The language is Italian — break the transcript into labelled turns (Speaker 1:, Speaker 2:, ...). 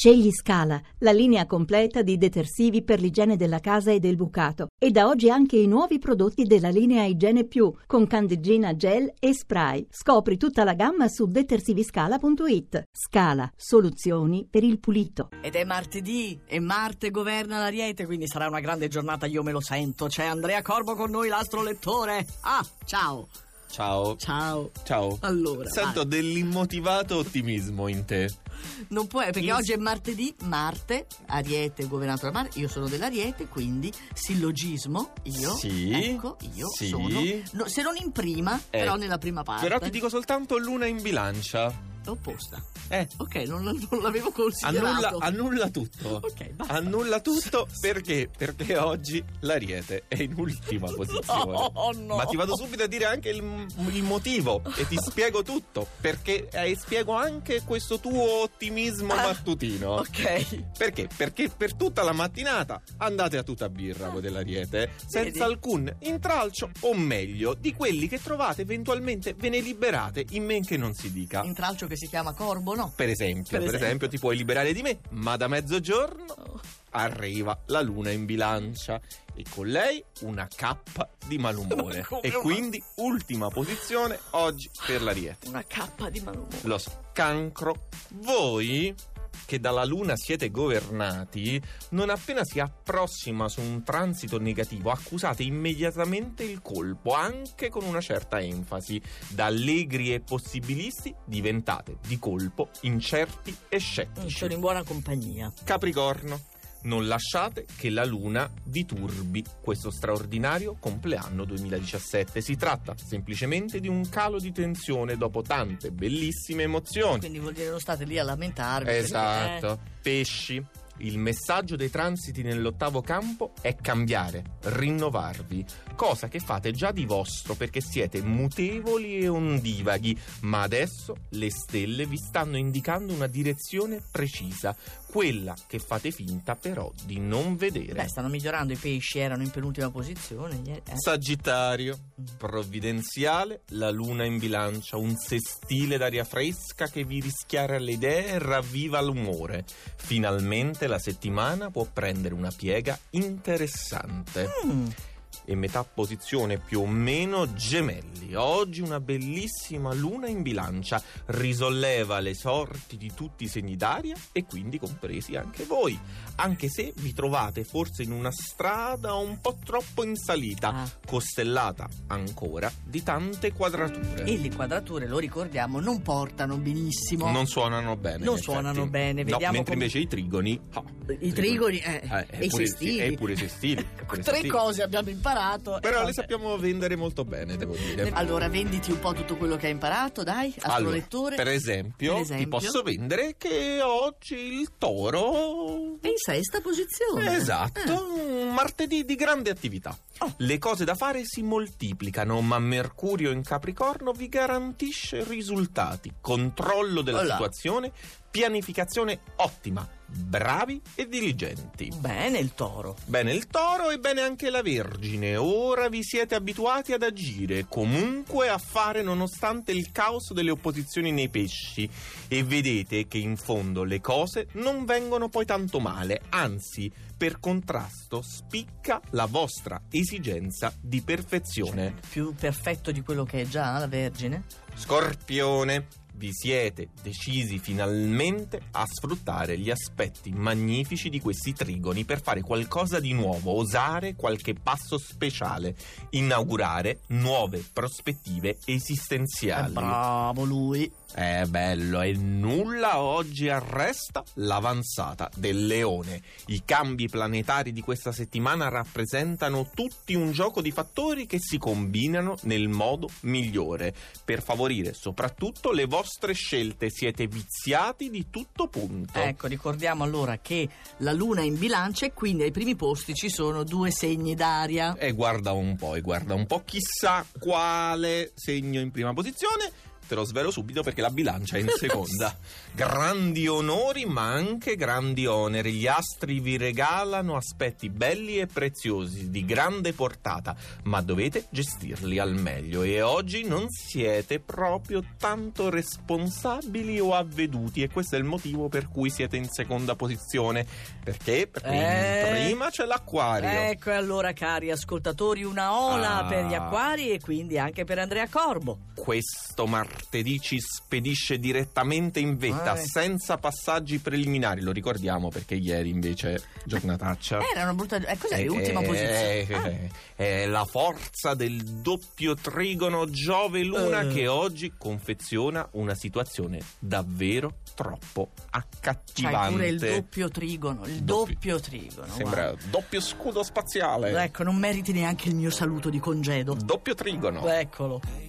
Speaker 1: Scegli Scala, la linea completa di detersivi per l'igiene della casa e del bucato e da oggi anche i nuovi prodotti della linea Igiene Più con candeggina gel e spray. Scopri tutta la gamma su detersiviscala.it. Scala, soluzioni per il pulito.
Speaker 2: Ed è martedì e Marte governa l'Ariete, quindi sarà una grande giornata, io me lo sento. C'è Andrea Corbo con noi, l'astro lettore. Ah, ciao.
Speaker 3: Ciao.
Speaker 2: Ciao.
Speaker 3: Ciao.
Speaker 2: Allora, ah,
Speaker 3: Sento dell'immotivato ottimismo in te. Eh,
Speaker 2: vai. non può, perché oggi è martedì, Marte, Ariete governato da Marte. Io sono dell'Ariete, quindi sillogismo io.
Speaker 3: Sì.
Speaker 2: Ecco, io
Speaker 3: Sì.
Speaker 2: sono no, se non in prima,
Speaker 3: Eh.
Speaker 2: però nella prima parte.
Speaker 3: Però ti dico soltanto luna in bilancia.
Speaker 2: opposta.
Speaker 3: Eh.
Speaker 2: Ok, non, non l'avevo
Speaker 3: Annulla,
Speaker 2: considerato.
Speaker 3: annulla tutto.
Speaker 2: Ok, basta.
Speaker 3: Annulla tutto perché? Perché oggi l'ariete è in ultima posizione.
Speaker 2: No, no.
Speaker 3: Ma ti vado subito a dire anche il, il motivo e ti spiego tutto. Perché eh, e spiego anche questo tuo ottimismo
Speaker 2: Ah,
Speaker 3: mattutino.
Speaker 2: Ok.
Speaker 3: Perché? Perché per tutta la mattinata andate a tutta birra voi dell'Ariete senza alcun intralcio o meglio di quelli che trovate eventualmente ve ne liberate in men che non si dica.
Speaker 2: Intralcio che si chiama Corbo, no?
Speaker 3: Per esempio,
Speaker 2: Per
Speaker 3: per
Speaker 2: esempio.
Speaker 3: esempio, ti puoi liberare di me, ma da mezzogiorno arriva la luna in bilancia e con lei una cappa di malumore.
Speaker 2: Come
Speaker 3: e
Speaker 2: una-
Speaker 3: quindi ultima posizione oggi per l'Ariete.
Speaker 2: Una cappa di malumore.
Speaker 3: lo scancro. Voi che dalla Luna siete governati, non appena si approssima su un transito negativo, accusate immediatamente il colpo, anche con una certa enfasi. Da allegri e possibilisti diventate di colpo incerti e
Speaker 2: Mm, Sono
Speaker 3: scettici.
Speaker 2: in buona compagnia.
Speaker 3: Capricorno. Non lasciate che la Luna vi turbi questo straordinario compleanno 2017. Si tratta semplicemente di un calo di tensione dopo tante bellissime emozioni.
Speaker 2: Quindi vuol dire non state lì a lamentarvi. perché,
Speaker 3: Esatto. Pesci. Il messaggio dei transiti nell'ottavo campo è cambiare, rinnovarvi, cosa che fate già di vostro perché siete mutevoli e ondivaghi, ma adesso le stelle vi stanno indicando una direzione precisa, quella che fate finta però di non
Speaker 2: eh,
Speaker 3: vedere.
Speaker 2: Beh, stanno migliorando i pesci, erano in penultima posizione. ieri, eh.
Speaker 3: Sagittario, provvidenziale, la luna in bilancia, un sestile d'aria fresca che vi rischiara le idee e ravviva l'umore. Finalmente la settimana può prendere una piega interessante.
Speaker 2: Mm,
Speaker 3: E metà posizione più o meno gemelli. Oggi una bellissima luna in bilancia risolleva le sorti di tutti i segni d'aria e quindi compresi anche voi. Anche se vi trovate forse in una strada un po' troppo in salita
Speaker 2: ah.
Speaker 3: costellata ancora di tante quadrature.
Speaker 2: E le quadrature, lo ricordiamo, non portano benissimo.
Speaker 3: non suonano bene.
Speaker 2: Non
Speaker 3: in
Speaker 2: suonano
Speaker 3: effetti.
Speaker 2: bene,
Speaker 3: No,
Speaker 2: vediamo
Speaker 3: mentre
Speaker 2: come-
Speaker 3: invece i trigoni. ah,
Speaker 2: I trigoni, eh,
Speaker 3: Eh,
Speaker 2: e i
Speaker 3: pure-
Speaker 2: sestili.
Speaker 3: sì, e pure i sestili,
Speaker 2: Ecco,
Speaker 3: pure i
Speaker 2: Tre
Speaker 3: sestili.
Speaker 2: cose abbiamo imparato. e
Speaker 3: Però
Speaker 2: vabbè.
Speaker 3: le sappiamo vendere molto bene, devo dire.
Speaker 2: Allora, venditi un po' tutto quello che hai imparato, dai, al tuo
Speaker 3: Allora,
Speaker 2: lettore.
Speaker 3: per esempio,
Speaker 2: Per esempio.
Speaker 3: ti posso vendere che oggi il toro.
Speaker 2: È in sesta posizione.
Speaker 3: Esatto, un martedì di grande attività.
Speaker 2: Oh.
Speaker 3: Le cose da fare si moltiplicano, ma Mercurio in Capricorno vi garantisce risultati, controllo della
Speaker 2: Olà.
Speaker 3: situazione, pianificazione ottima, bravi e diligenti.
Speaker 2: Eh, Bene il toro.
Speaker 3: Bene il toro e bene anche la Vergine. Ora vi siete abituati ad agire, comunque a fare nonostante il caos delle opposizioni nei pesci. E vedete che in fondo le cose non vengono poi tanto male, anzi, per contrasto, spicca la vostra esigenza di perfezione.
Speaker 2: Più perfetto di quello che è già la Vergine.
Speaker 3: Scorpione, vi siete decisi finalmente a sfruttare gli aspetti magnifici di questi trigoni per fare qualcosa di nuovo, osare qualche passo speciale, inaugurare nuove prospettive
Speaker 2: È
Speaker 3: esistenziali.
Speaker 2: bravo lui.
Speaker 3: È bello e nulla oggi arresta l'avanzata del leone. I cambi planetari di questa settimana rappresentano tutti un gioco di fattori che si combinano nel modo migliore per favorire soprattutto le vostre scelte. Siete viziati di tutto punto.
Speaker 2: Ecco, ricordiamo allora che la luna è in bilancia e quindi ai primi posti ci sono due segni d'aria.
Speaker 3: E guarda un po', e guarda un po', chissà quale segno in prima posizione. Te lo svelo subito perché la bilancia è in seconda. grandi onori, ma anche grandi oneri. Gli astri vi regalano aspetti belli e preziosi, di grande portata, ma dovete gestirli al meglio. E oggi non siete proprio tanto responsabili o avveduti, e questo è il motivo per cui siete in seconda posizione. Perché? Perché in
Speaker 2: Eh.
Speaker 3: prima c'è l'acquario.
Speaker 2: Ecco e allora cari ascoltatori una ola
Speaker 3: Ah.
Speaker 2: per gli acquari e quindi anche per Andrea Corbo.
Speaker 3: questo martedì ci spedisce direttamente in vetta,
Speaker 2: Ah, eh.
Speaker 3: senza passaggi preliminari. Lo ricordiamo perché ieri invece giornataccia.
Speaker 2: Era una brutta... Eh, cos'è
Speaker 3: Eh,
Speaker 2: l'ultima
Speaker 3: eh,
Speaker 2: posizione?
Speaker 3: eh,
Speaker 2: Ah.
Speaker 3: eh, eh, la forza del doppio trigono Giove-Luna
Speaker 2: Eh.
Speaker 3: che oggi confeziona una situazione davvero troppo
Speaker 2: C'hai
Speaker 3: accattivante.
Speaker 2: pure il Cioè, doppio trigono, il
Speaker 3: Doppio.
Speaker 2: doppio, trigono.
Speaker 3: Sembra doppio scudo spaziale.
Speaker 2: guarda. Ecco, non meriti neanche il mio saluto di congedo.
Speaker 3: Doppio trigono.
Speaker 2: Eccolo.